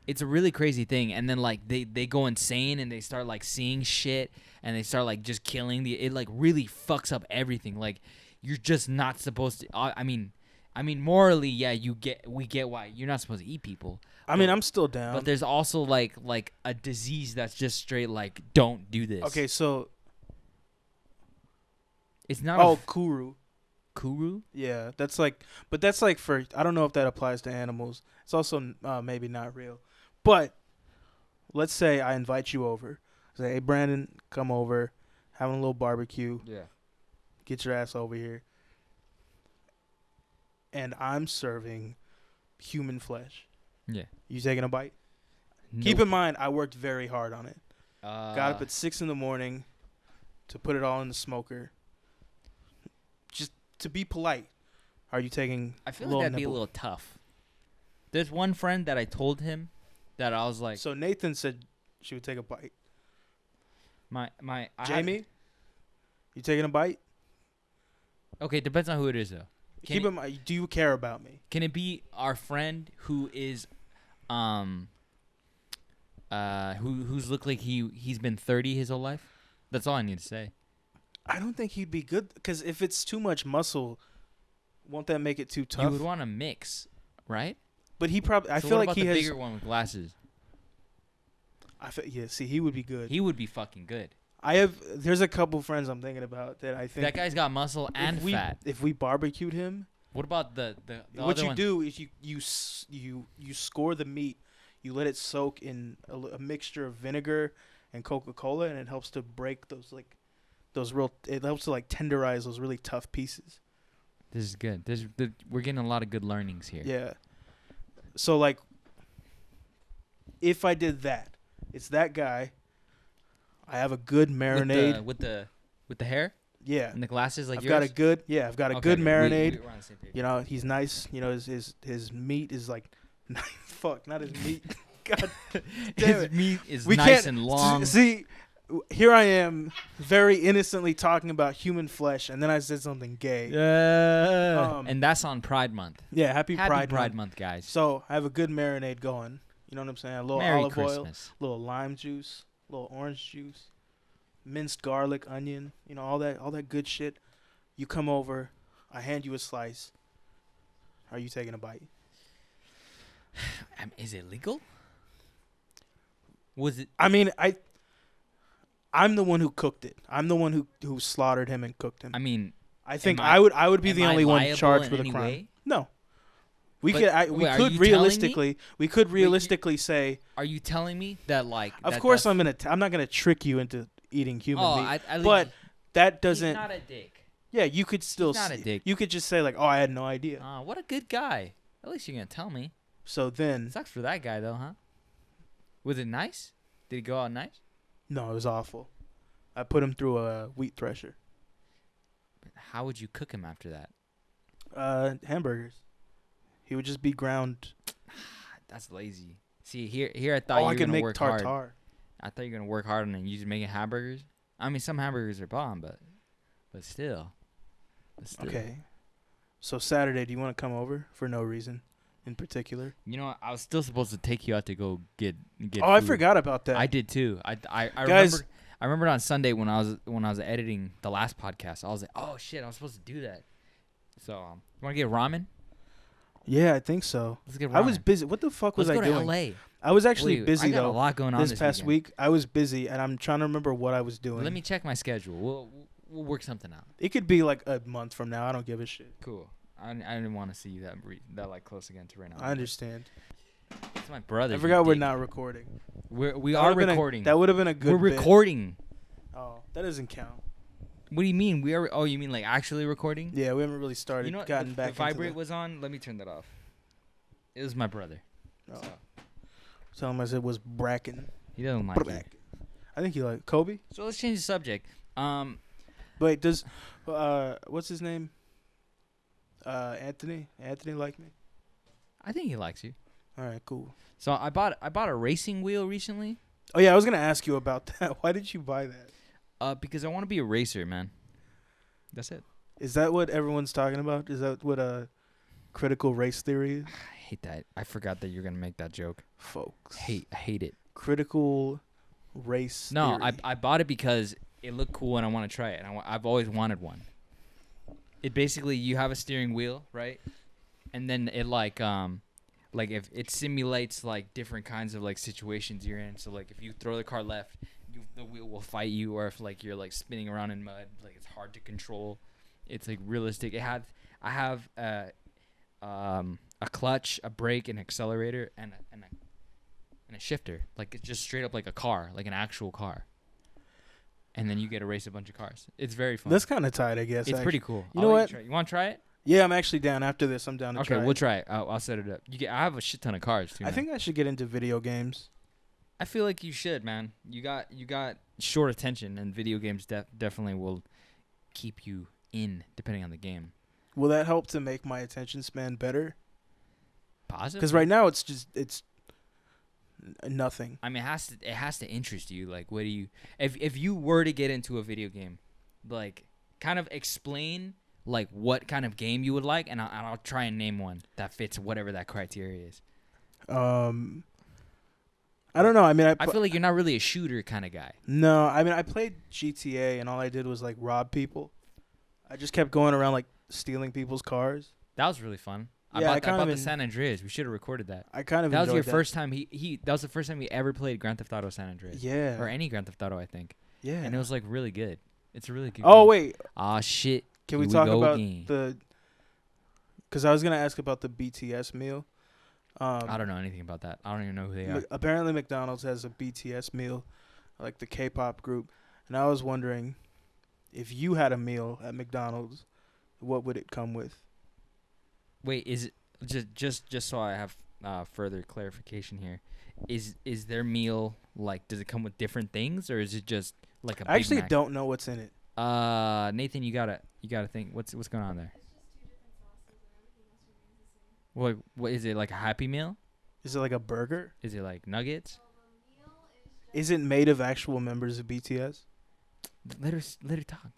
A: It's a really crazy thing, and then like they they go insane and they start like seeing shit and they start like just killing the. It like really fucks up everything. Like you're just not supposed to. uh, I I mean, I mean morally, yeah, you get we get why you're not supposed to eat people.
B: I mean,
A: but-
B: I'm still down.
A: But there's also like like a disease that's just straight like don't do this.
B: okay, so
A: it's not. a
B: oh
A: f-
B: kuru.
A: Kuru?
B: Yeah, that's like, but that's like for I don't know if that applies to animals. It's also uh, maybe not real, but let's say I invite you over. Say, hey Brandon, come over, having a little barbecue.
A: Yeah.
B: Get your ass over here. And I'm serving human flesh.
A: Yeah.
B: You taking a bite? Keep in mind, I worked very hard on it.
A: Uh,
B: Got up at six in the morning to put it all in the smoker. Just to be polite. Are you taking?
A: I feel
B: little
A: like that'd be a
B: nibble?
A: little tough. There's one friend that I told him that I was like,
B: so Nathan said she would take a bite.
A: my my I had-
B: Jamie, you taking a bite?
A: okay, depends on who it is though. Can
B: Keep
A: you-
B: in mind, do you care about me?
A: Can it be our friend who is, um, uh, who who's looked like he he's been thirty his whole life? That's all I need to say.
B: I don't think he'd be good because if it's too much muscle, won't that make it too
A: You
B: tough?
A: would want to mix, right?
B: but he probably. I
A: So
B: feel
A: what about
B: like he
A: the
B: has.
A: bigger one with glasses.
B: I feel, yeah. See, he would be good.
A: He would be fucking good.
B: I have. There's a couple friends I'm thinking about that I think
A: That guy's got muscle
B: if
A: and
B: we,
A: fat.
B: If we barbecued him,
A: What about the the, the
B: what
A: other
B: you
A: one?
B: do is you you s- you you score the meat, you let it soak in a, li- a mixture of vinegar and Coca Cola, and it helps to break those like those real. It helps to like tenderize those really tough pieces.
A: This is good. This the, we're getting a lot of good learnings here.
B: Yeah. So like, if I did that, it's that guy. I have a good
A: with
B: marinade.
A: the, with the with the hair
B: yeah,
A: and the glasses like
B: I've
A: yours.
B: got a good. Yeah, I've got a
A: Okay,
B: good
A: we-
B: marinade.
A: We, we're on the same page.
B: You know, he's nice. You know, his his, his meat is like, fuck, not his meat. God, damn
A: His
B: it.
A: meat is
B: We
A: nice
B: can't-
A: and long.
B: See, w- here I am, very innocently talking about human flesh, and then I said something gay. Yeah,
A: Yeah.
B: Um,
A: and that's on Pride Month. Happy
B: happy, Pride,
A: Pride,
B: Month.
A: Month, guys.
B: So I have a good marinade going. You know what I'm saying? A little
A: Merry
B: olive oil,
A: Christmas.
B: a little lime juice, a little orange juice, minced garlic, onion. You know all that, all that good shit. You come over, I hand you a slice. Are you taking a bite?
A: Um, is it legal? Was it?
B: I mean, I. I'm the one who cooked it. I'm the one who who slaughtered him and cooked him.
A: I mean,
B: I think
A: I-
B: I, would I would be
A: am
B: the
A: I
B: only one
A: liable
B: charged
A: in
B: with a
A: any
B: crime.
A: way?
B: No, we
A: But-
B: could I, we
A: wait, are you
B: could
A: telling me?
B: realistically we could realistically say,
A: Are you telling me that like?
B: of
A: that-
B: course
A: that's-
B: I'm gonna t- I'm not gonna trick you into eating human
A: oh,
B: meat,
A: I, I leave-
B: but
A: he's
B: that doesn't
A: not a dick.
B: yeah you could still
A: he's not a
B: s-
A: dick.
B: you could just say like oh I had no idea.
A: Uh, what a good guy. At least you're gonna tell me.
B: So then
A: Sucks for that guy though, huh? Was it nice? Did it go out nice?
B: no, it was awful. I put him through a wheat thresher.
A: How would you cook him after that?
B: Uh, hamburgers. He would just be ground.
A: That's lazy. See here, here I thought
B: Oh,
A: you were
B: I could
A: gonna
B: make
A: work
B: tartar.
A: hard. I thought you were gonna work hard on it. You just making hamburgers. I mean, some hamburgers are bomb, but but still, but still.
B: Okay. So Saturday, do you want to come over for no reason in particular?
A: You know, what? I was still supposed to take you out to go get get.
B: oh, I
A: food.
B: forgot about that.
A: I did too. I I, I
B: Guys-
A: remember. I remembered on Sunday when I was when I was editing the last podcast. I was like, oh shit, I was supposed to do that. So, um, you want to get ramen?
B: Yeah, I think so.
A: Let's get ramen.
B: I was busy. What the fuck was
A: Let's
B: I
A: go to
B: doing?
A: LA.
B: I was actually
A: Wait,
B: busy
A: I got
B: though.
A: A lot going on
B: This,
A: this,
B: past
A: weekend.
B: week, I was busy, and I'm trying to remember what I was doing.
A: Let me check my schedule. We'll we'll work something out.
B: It could be like a month from now. I don't give a shit.
A: Cool. I, I didn't want to see you that re- that like close again to right now.
B: I understand.
A: It's my brother.
B: I
A: you
B: forgot we're
A: dick.
B: not recording.
A: We're, we
B: That
A: are
B: would've been a-
A: recording.
B: that would have been a good.
A: We're
B: bit.
A: recording.
B: Oh, that doesn't count.
A: What do you mean? We are. Oh, you mean like actually recording?
B: Yeah, we haven't really started.
A: you know, what? The-
B: gotten
A: the,
B: back. into
A: vibrate
B: the-
A: was on. Let me turn that off. It was my brother.
B: oh.
A: so.
B: Tell him I said was Bracken.
A: He doesn't like it.
B: Bracken. I think he liked Kobe.
A: So let's change the subject. Um,
B: Wait, does uh, what's his name? Uh, Anthony. Anthony like me.
A: I think he likes you.
B: All right, cool.
A: So I bought I bought a racing wheel recently.
B: Oh yeah, I was gonna ask you about that. Why did you buy that?
A: Uh, because I want to be a racer, man. That's it.
B: Is that what everyone's talking about? Is that what uh, critical race theory is?
A: I hate that. I forgot that you're gonna make that joke.
B: Folks.
A: Hate I hate it.
B: critical race
A: No,
B: theory.
A: I, I bought it because it looked cool and I want to try it. And I, wa- I've always wanted one. It basically you have a steering wheel, right? And then it like um like if it simulates like different kinds of like situations you're in. So like if you throw the car left, you, the wheel will fight you, or if like you're like spinning around in mud, like it's hard to control. It's like realistic. It had I have a um a clutch, a brake, an accelerator, and a, and a and a shifter. Like it's just straight up like a car, like an actual car. And then you get to race a bunch of cars. It's very fun.
B: That's kind of tight, I guess.
A: it's
B: actually.
A: pretty cool.
B: You
A: I'll let
B: know what?
A: You, try it. you want to try it?
B: Yeah, I'm actually down. After this, I'm down to
A: okay,
B: try.
A: we'll
B: it.
A: try it. I'll, I'll set it up. You get, I have a shit ton of cars too.
B: I
A: man.
B: think I should get into video games.
A: I feel like you should, man. You got you got short attention, and video games def- definitely will keep you in, depending on the game.
B: Will that help to make my attention span better?
A: Positive.
B: Because right now it's just it's n- nothing.
A: I mean, it has to it has to interest you. Like, what do you if if you were to get into a video game, like, kind of explain like what kind of game you would like, and I'll, and I'll try and name one that fits whatever that criteria is.
B: Um, I don't know. I mean, I,
A: I
B: pl-
A: feel like you're not really a shooter kind of guy.
B: no. I mean, I played GTA and all I did was like rob people. I just kept going around like stealing people's cars.
A: That was really fun. I
B: Yeah, I
A: bought, I
B: kind of
A: bought the
B: en-
A: San Andreas. We should have recorded that.
B: I kind of
A: That was
B: enjoyed
A: your first time. He he. That was the first time he ever played Grand Theft Auto San Andreas.
B: Yeah.
A: or any Grand Theft Auto, I think.
B: Yeah.
A: And it was like really good. It's a really good.
B: oh
A: game.
B: wait,
A: Ah shit.
B: can we
A: Here we
B: talk
A: go
B: about
A: again.
B: the? Because I was gonna ask about the BTS meal. Um,
A: I don't know anything about that. I don't even know who they are.
B: Mc- apparently McDonald's has a BTS meal, like the K-pop group, and I was wondering if you had a meal at McDonald's, what would it come with?
A: Wait, is it just just just so I have uh, further clarification here? Is is their meal like? Does it come with different things, or is it just like a?
B: I
A: Big
B: actually
A: Mac?
B: don't know what's in it.
A: Uh, Nathan, you gotta you gotta think. What's what's going on there? What what is it like a Happy Meal?
B: Is it like a burger?
A: Is it like nuggets?
B: Is it made of actual members of BTS?
A: Let her s- let her talk.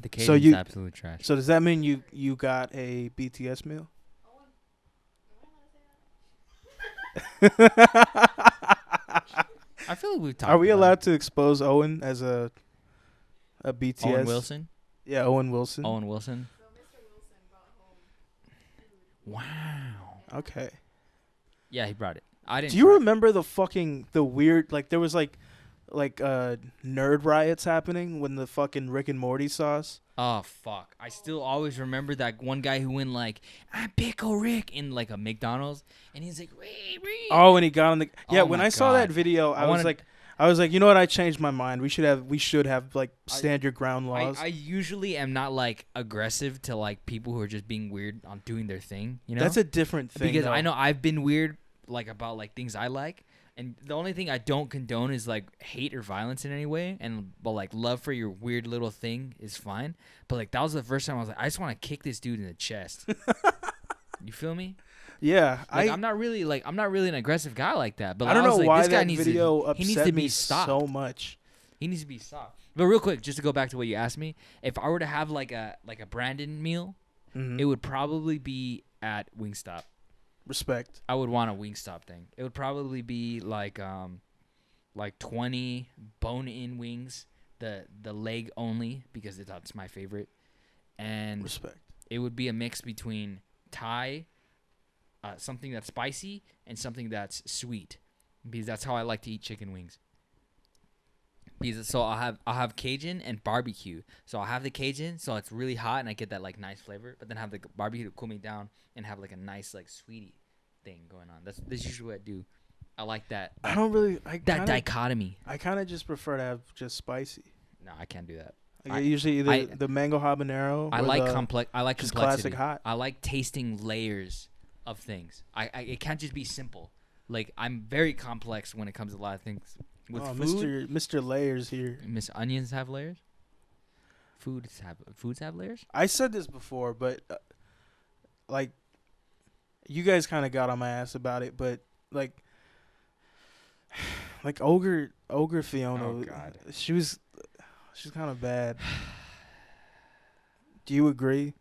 A: The Cajun's
B: So you-
A: absolute trash.
B: So does that mean you you got a BTS meal?
A: I feel like we've talked.
B: Are we
A: about
B: allowed to expose Owen as a a BTS?
A: it. Owen Wilson?
B: Yeah, Owen Wilson.
A: Owen Wilson. Wow.
B: Okay.
A: Yeah, he brought it. I didn't.
B: Do you
A: try it.
B: remember the fucking the weird like there was like like uh nerd riots happening when the fucking Rick and Morty sauce?
A: Oh fuck! I still always remember that one guy who went like, "I'm Pickle Rick" in like a McDonald's, and he's like, "Wee wee."
B: Oh, and he got on the Yeah,
A: Oh
B: when
A: my
B: I saw that
A: God.
B: video,
A: I
B: I, was
A: wanna-
B: like I was like, "You know what? I changed my mind. We should have we should have like
A: I-
B: stand your ground
A: I,
B: laws."
A: I usually am not like aggressive to like people who are just being weird on doing their thing. You know,
B: That's a different thing.
A: because I
B: though.
A: know I've been weird like about like things I like, and the only thing I don't condone is like hate or violence in any way, and but like love for your weird little thing is fine. But like that was the first time I was like, I just want to kick this dude in the chest. you feel me?
B: Yeah,
A: Like,
B: I
A: I, am not really like I'm not really an aggressive guy like that. But
B: I don't
A: was
B: know
A: like,
B: why
A: this guy
B: that
A: needs
B: video
A: to,
B: upset
A: he needs to be
B: me
A: stopped.
B: so much.
A: He needs to be stopped. But real quick, just to go back to what you asked me, if I were to have like a like a Brandon meal,
B: Mhm.
A: it would probably be at Wingstop.
B: Respect.
A: I would want a Wingstop thing. It would probably be like um like 20 bone-in wings, the the leg only because that's my favorite. And
B: Respect.
A: it would be a mix between Thai, uh, something that's spicy, and something that's sweet, because that's how I like to eat chicken wings. Because so I'll have I'll have Cajun and barbecue. So I'll have the Cajun, so it's really hot and I get that like nice flavor. But then have the barbecue to cool me down and have like a nice like sweetie thing going on. That's that's usually what I do. I like that
B: I don't really I
A: that
B: kinda,
A: dichotomy.
B: I kind of just prefer to have just spicy.
A: No, I can't do that.
B: Like,
A: I-
B: usually either
A: I-
B: the mango habanero
A: I
B: or
A: like
B: the,
A: complex. I like
B: uh, just
A: complexity.
B: classic hot.
A: I like tasting layers of things. I, I it can't just be simple. Like I'm very complex when it comes to a lot of things with
B: oh,
A: food.
B: Mr. Mr. Layers here.
A: Miss onions have layers. Foods have foods have layers.
B: I said this before, but uh, like, you guys kind of got on my ass about it, but like, like ogre ogre Fiona.
A: Oh, God.
B: she was she's kind of bad. Do you agree,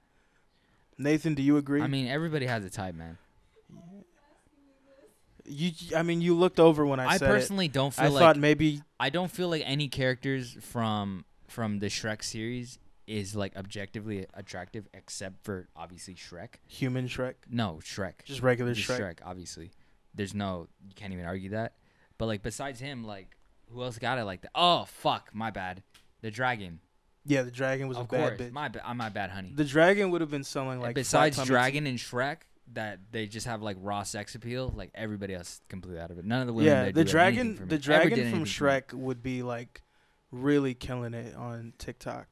B: Nathan? Do you agree?
A: I mean, everybody has a type, man.
B: you. I mean, you looked over when I,
A: I,
B: said it.
A: personally don't feel
B: I
A: like
B: thought maybe
A: I don't feel like any characters from from the Shrek series is like objectively attractive, except for obviously Shrek.
B: Human Shrek,
A: No, Shrek.
B: just regular
A: Just
B: Shrek.
A: Shrek, obviously. There's no, you can't even argue that. But like, besides him, like, who else got it like that? Oh fuck, my bad. The dragon,
B: Yeah, the dragon was
A: of
B: a bad
A: course.
B: bit.
A: My ba- uh, my bad, honey.
B: The dragon would have been selling like
A: And
B: five
A: besides
B: times-
A: dragon and Shrek, that they just have like raw sex appeal. Like everybody else, is completely out of it. None of the women.
B: Yeah,
A: that
B: the
A: do anything
B: dragon,
A: for me ever
B: the
A: did
B: dragon from
A: anything for me.
B: Shrek would be like really killing it on TikTok.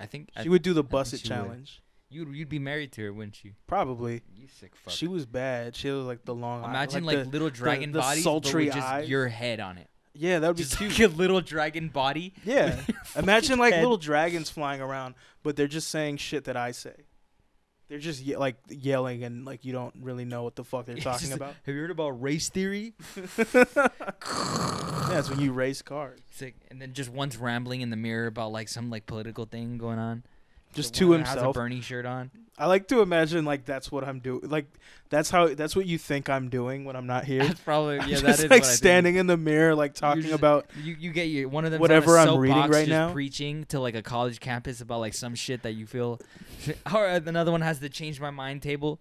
A: I think I,
B: She would do the
A: think
B: bus it
A: she would.
B: challenge.
A: you'd you'd be married to her, wouldn't you?
B: Probably.
A: You sick fuck.
B: She was bad. She was like the long. eye-
A: Imagine like,
B: the-
A: little dragon
B: the
A: bodies,
B: sultry
A: but with just
B: eyes.
A: your head on it.
B: yeah, that would be
A: Just
B: cute.
A: like a little dragon body.
B: Yeah. Imagine like
A: head.
B: little dragons flying around, but they're just saying shit that I say. They're just ye- like yelling and like you don't really know what the fuck they're
A: It's
B: talking
A: just-
B: about.
A: Have you heard about race theory?
B: Yeah, it's when you race cars.
A: It's like- and then just one's rambling in the mirror about like some like political thing going on.
B: Just
A: The
B: to
A: one that Has a
B: himself.
A: Bernie shirt on.
B: I like to imagine like that's what I'm doing. Like that's how that's what you think I'm doing when I'm not here.
A: That's probably
B: I'm
A: yeah. that
B: just
A: is what
B: like
A: I think.
B: standing in the mirror, like
A: You're
B: talking
A: just-
B: about
A: You, you get your one of them.
B: Whatever
A: on a
B: I'm reading
A: soapbox
B: right
A: just
B: now.
A: preaching to like a college campus about like some shit that you feel. Or another one has the change my mind table.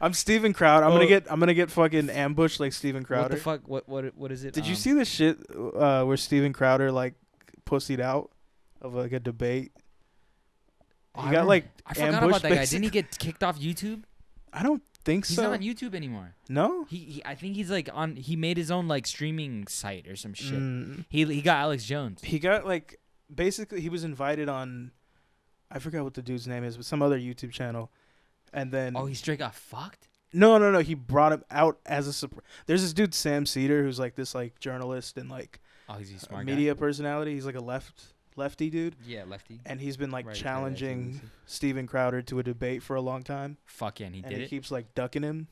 B: I'm Steven Crowder. I'm
A: Oh.
B: gonna get I'm gonna get fucking ambushed like Steven Crowder.
A: What the fuck? What what what is it?
B: Did
A: Um,
B: you see the shit uh, where Steven Crowder like pussied out of like a debate?
A: oh,
B: He
A: I
B: got
A: rem-
B: like
A: I forgot about
B: ambushed,
A: that guy. Didn't he get kicked off YouTube?
B: I don't think
A: He's
B: so.
A: not on YouTube anymore.
B: no.
A: He, he I think he's like on. He made his own like streaming site or some shit.
B: Mm.
A: He he got Alex Jones.
B: He got like basically he was invited on I forgot what the dude's name is, but some other YouTube channel. And then
A: Oh, he straight got fucked.
B: No, no, no. He brought him out as a surprise. There's this dude Sam Cedar who's like this like journalist and like
A: Oh, he's a
B: a
A: smart
B: Uh, media personality. He's like a left lefty dude,
A: guy. Yeah, lefty.
B: and he's been like
A: Right, yeah, that's what
B: challenging
A: he said.
B: Steven Crowder to a debate for a long time,
A: Fuck yeah, and he
B: and
A: did
B: he
A: it.
B: keeps like ducking him,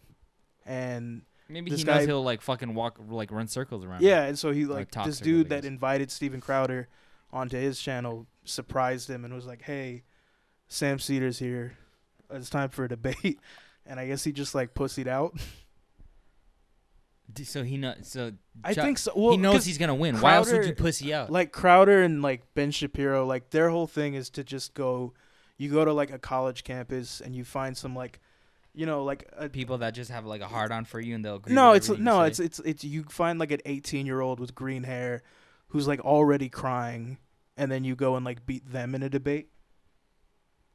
B: and
A: Maybe
B: this
A: he knows
B: guy-
A: he'll like fucking walk like run circles around. him.
B: yeah, and so he
A: Or
B: like
A: talks
B: this
A: to him, I
B: dude that
A: guess.
B: invited Steven Crowder onto his channel surprised him and was like, "Hey, Sam Cedar's here. It's time for a debate," and I guess he just like pussied out.
A: D- So he knows. So
B: I
A: Chuck-
B: think so. Well,
A: he knows
B: 'cause-
A: he's gonna win. Why else would you
B: Crowder-
A: pussy out?
B: like Crowder and like Ben Shapiro, like their whole thing is to just go, you go to like a college campus and you find some like, you know, like a
A: People that just have like a hard on for you and they'll agree.
B: no,
A: with
B: it's
A: everything you
B: no,
A: say.
B: it's it's it's you find like an eighteen year old with green hair, who's like already crying, and then you go and like beat them in a debate.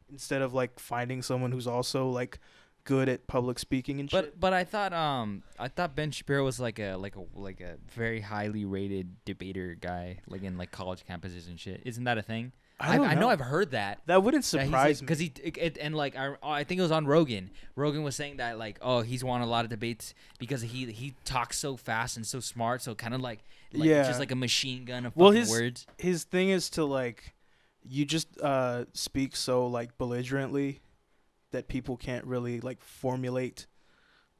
B: Instead of like finding someone who's also like good at public speaking and shit.
A: But but I thought um I thought Ben Shapiro was like a like a like a very highly rated debater guy like in like college campuses and shit. Isn't that a thing?
B: I, don't
A: I,
B: know.
A: know I've heard that.
B: that wouldn't
A: that he's,
B: surprise
A: like,
B: me.
A: Cause he it, it- and like I, I think it was on Rogan. Rogan was saying that like oh he's won a lot of debates because he he talks so fast and so smart so kind of like, like
B: Yeah.
A: just like a machine gun of
B: Well,
A: fucking
B: his-
A: words.
B: his thing is to like you just uh speak so like belligerently that people can't really like formulate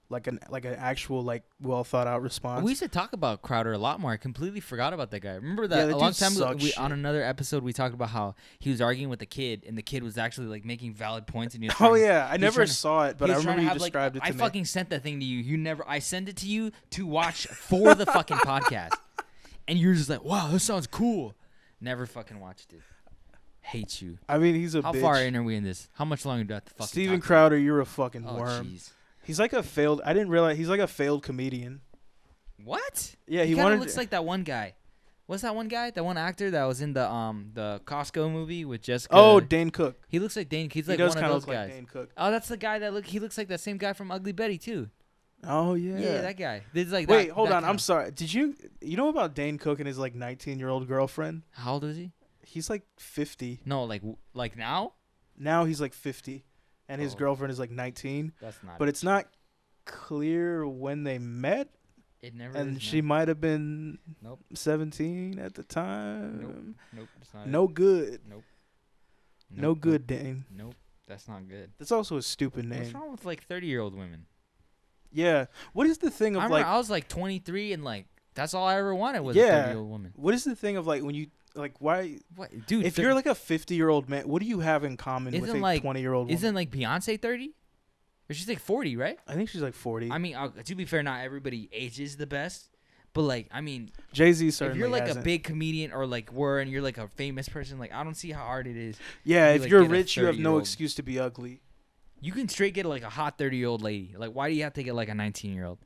B: like an like an actual like well thought out response.
A: We used to talk about Crowder a lot more. I completely forgot about that guy. Remember that,
B: that
A: a long
B: dude
A: time ago
B: sucks
A: we,
B: shit.
A: on another episode we talked about how he was arguing with the kid and the kid was actually like making valid points and he was
B: oh
A: trying to-
B: yeah, I
A: he's
B: never
A: trying to-
B: saw it, but
A: he
B: I
A: was trying
B: remember
A: to
B: you
A: have, like,
B: described it
A: I
B: to me.
A: fucking sent that thing to you. You never. I sent it to you to watch for the fucking podcast, and you're just like, "Wow, that sounds cool." Never fucking watched it. Hate you.
B: I mean, he's a
A: How
B: bitch.
A: far in are we in this? How much longer do I have to fucking?
B: Steven
A: talk about
B: Crowder, you're a fucking
A: it? Oh
B: worm.
A: jeez.
B: He's like a failed. I didn't realize he's like a failed comedian.
A: What?
B: Yeah,
A: he
B: he
A: kinda
B: wanted-
A: looks like that one guy. What's that one guy? That one actor that was in the um the Costco movie with Jessica.
B: Oh, Dane Cook.
A: he looks like Dane. He's
B: he
A: like
B: does
A: one
B: kind
A: of
B: of
A: those
B: look
A: guys.
B: like Dane Cook.
A: Oh, that's the guy that look. He looks like that same guy from Ugly Betty too.
B: Oh yeah.
A: Yeah, that guy. There's like
B: Wait,
A: that-
B: hold
A: that
B: on. I'm
A: kinda-
B: sorry. Did you you know about Dane Cook and his like 19 year old girlfriend?
A: How old is he?
B: He's like 50.
A: No, like w- like now.
B: Now he's like 50 and his
A: Oh.
B: girlfriend is like 19,
A: That's not.
B: but it's not clear when they met
A: it never.
B: and
A: is
B: she
A: now.
B: might have been
A: Nope.
B: 17 at the time.
A: Nope. That's not it.
B: um, No good.
A: Nope.
B: No
A: Nope,
B: good Dane.
A: Nope. nope, That's not good.
B: That's also a stupid
A: What's
B: name.
A: wrong with like thirty year old women?
B: Yeah. What is the thing
A: I
B: of
A: remember
B: like
A: I was like twenty three and like that's all I ever wanted was a
B: Yeah.
A: thirty year old woman.
B: what is the thing of like when you like why
A: What, dude?
B: if
A: thir-
B: you're like a 50 year old man, what do you have in common with
A: Isn't,
B: a
A: like-
B: 20 year old woman?
A: Isn't like Beyonce 30? Or she's like 40, right?
B: I think she's like 40.
A: I mean, uh, to be fair, not everybody ages the best, But like, I mean,
B: Jay Z certainly.
A: if you're like
B: hasn't.
A: a big comedian or like were, and you're like a famous person, like I don't see how hard it is.
B: yeah,
A: you,
B: if
A: like,
B: you're
A: get a
B: rich, you have no
A: 30-year-old.
B: excuse to be ugly.
A: You can straight get like a hot thirty year old lady. Like, why do you have to get like a nineteen year old?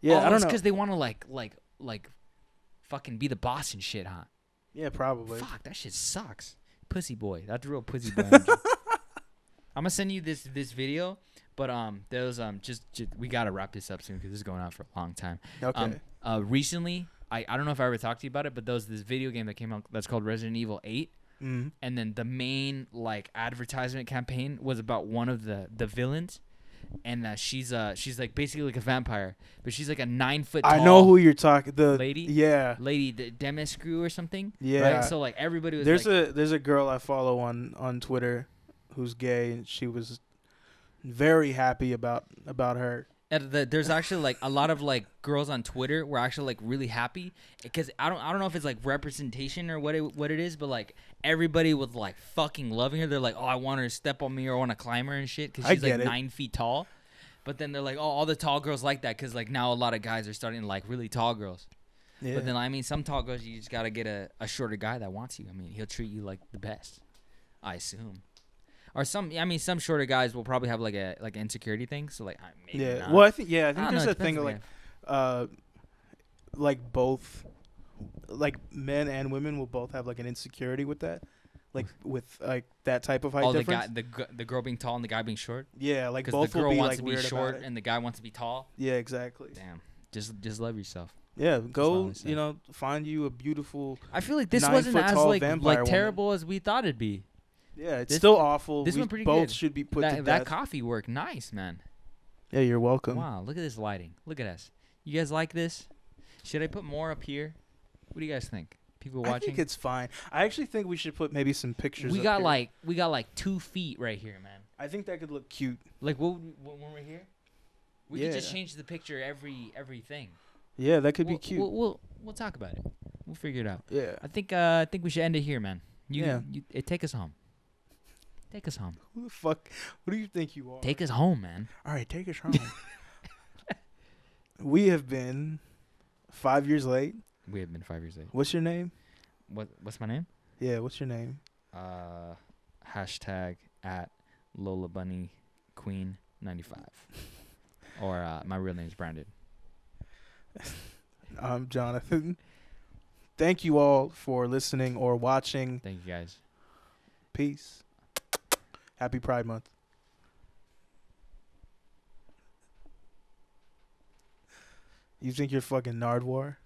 B: Yeah, I don't know.
A: Because they want to like like like fucking be the boss and shit, huh?
B: Yeah, probably.
A: Fuck, that shit sucks. Pussy boy. That's real pussy boy. energy. I'm gonna send you this this video, but um, those um, just, just we gotta wrap this up soon because this is going on for a long time.
B: Okay.
A: Um, uh, recently, I I don't know if I ever talked to you about it, but those this video game that came out that's called Resident Evil Eight,
B: Mhm.
A: and then the main like advertisement campaign was about one of the the villains. And uh, she's uh she's like basically like a vampire, but she's like a nine foot.
B: I
A: tall-
B: know who you're talking. The
A: lady?
B: Yeah.
A: lady the Demescrew or something.
B: Yeah.
A: Right? So like everybody was
B: There's
A: like,
B: a there's a girl I follow on on Twitter, who's gay, and she was very happy about about her.
A: at the, there's actually like a lot of like girls on Twitter were actually like really happy because I don't I don't know if it's like representation or what it what it is, but like everybody was like fucking loving her. They're like, oh, I want her to step on me or I want to climb her and shit because
B: I
A: she's like
B: get it.
A: nine feet tall. But then they're like, oh, all the tall girls like that because like now a lot of guys are starting to like really tall girls.
B: Yeah.
A: But then I mean, some tall girls you just gotta get a, a shorter guy that wants you. I mean, he'll treat you like the best, I assume. Or some, I mean, some shorter guys will probably have like a like an insecurity thing. So like, I maybe
B: yeah.
A: not.
B: Well, I think
A: I
B: yeah, I think
A: don't know,
B: there's
A: Ah, it
B: a thing
A: depends
B: of,
A: on the
B: like, uh, like both, like men and women will both have like an insecurity with that, like with like that type of height
A: Oh, the
B: difference.
A: guy, the gu- the girl being tall and the guy being short.
B: yeah, like
A: Because
B: both
A: the girl
B: will be
A: wants
B: like
A: to be
B: weird
A: short
B: about it.
A: and the guy wants to be tall.
B: Yeah, exactly.
A: Damn, just just love yourself.
B: Yeah, go
A: always
B: you
A: said.
B: know find you a beautiful.
A: I feel like this
B: Nine
A: wasn't
B: foot
A: as
B: tall
A: like
B: vampire
A: like
B: woman.
A: terrible as we thought it'd be.
B: Yeah, it's
A: This-
B: still awful.
A: this
B: we
A: went pretty
B: both
A: good.
B: should be put to
A: That,
B: death.
A: that coffee worked nice, man.
B: yeah, you're welcome.
A: Wow, look at this lighting. Look at us. You guys like this? Should I put more up here? What do you guys think? People
B: I
A: watching?
B: think it's fine. I actually think we should put maybe some pictures.
A: we
B: up
A: got
B: here.
A: like we got like two feet right here, man.
B: I think that could look cute.
A: Like what? Would, when when we're here, we could just
B: Yeah.
A: change the picture every everything.
B: Yeah, that could
A: we'll,
B: be cute.
A: We'll, we'll we'll talk about it. We'll figure it out.
B: yeah.
A: I think uh, I think we should end it here, man. You,
B: Yeah.
A: you it, take us home. Take us home.
B: Who the fuck? What do you think you are?
A: Take us home, man.
B: All right, take us home. we have been five years late.
A: We have been five years late.
B: What's your name?
A: What what's my name?
B: Yeah, what's your name?
A: Uh, hashtag at Lola Bunny Queen ninety five, or uh, my real name's Brandon.
B: I'm Jonathan. Thank you all for listening or watching.
A: Thank you guys.
B: Peace. Happy Pride Month. You think you're fucking Nardwar?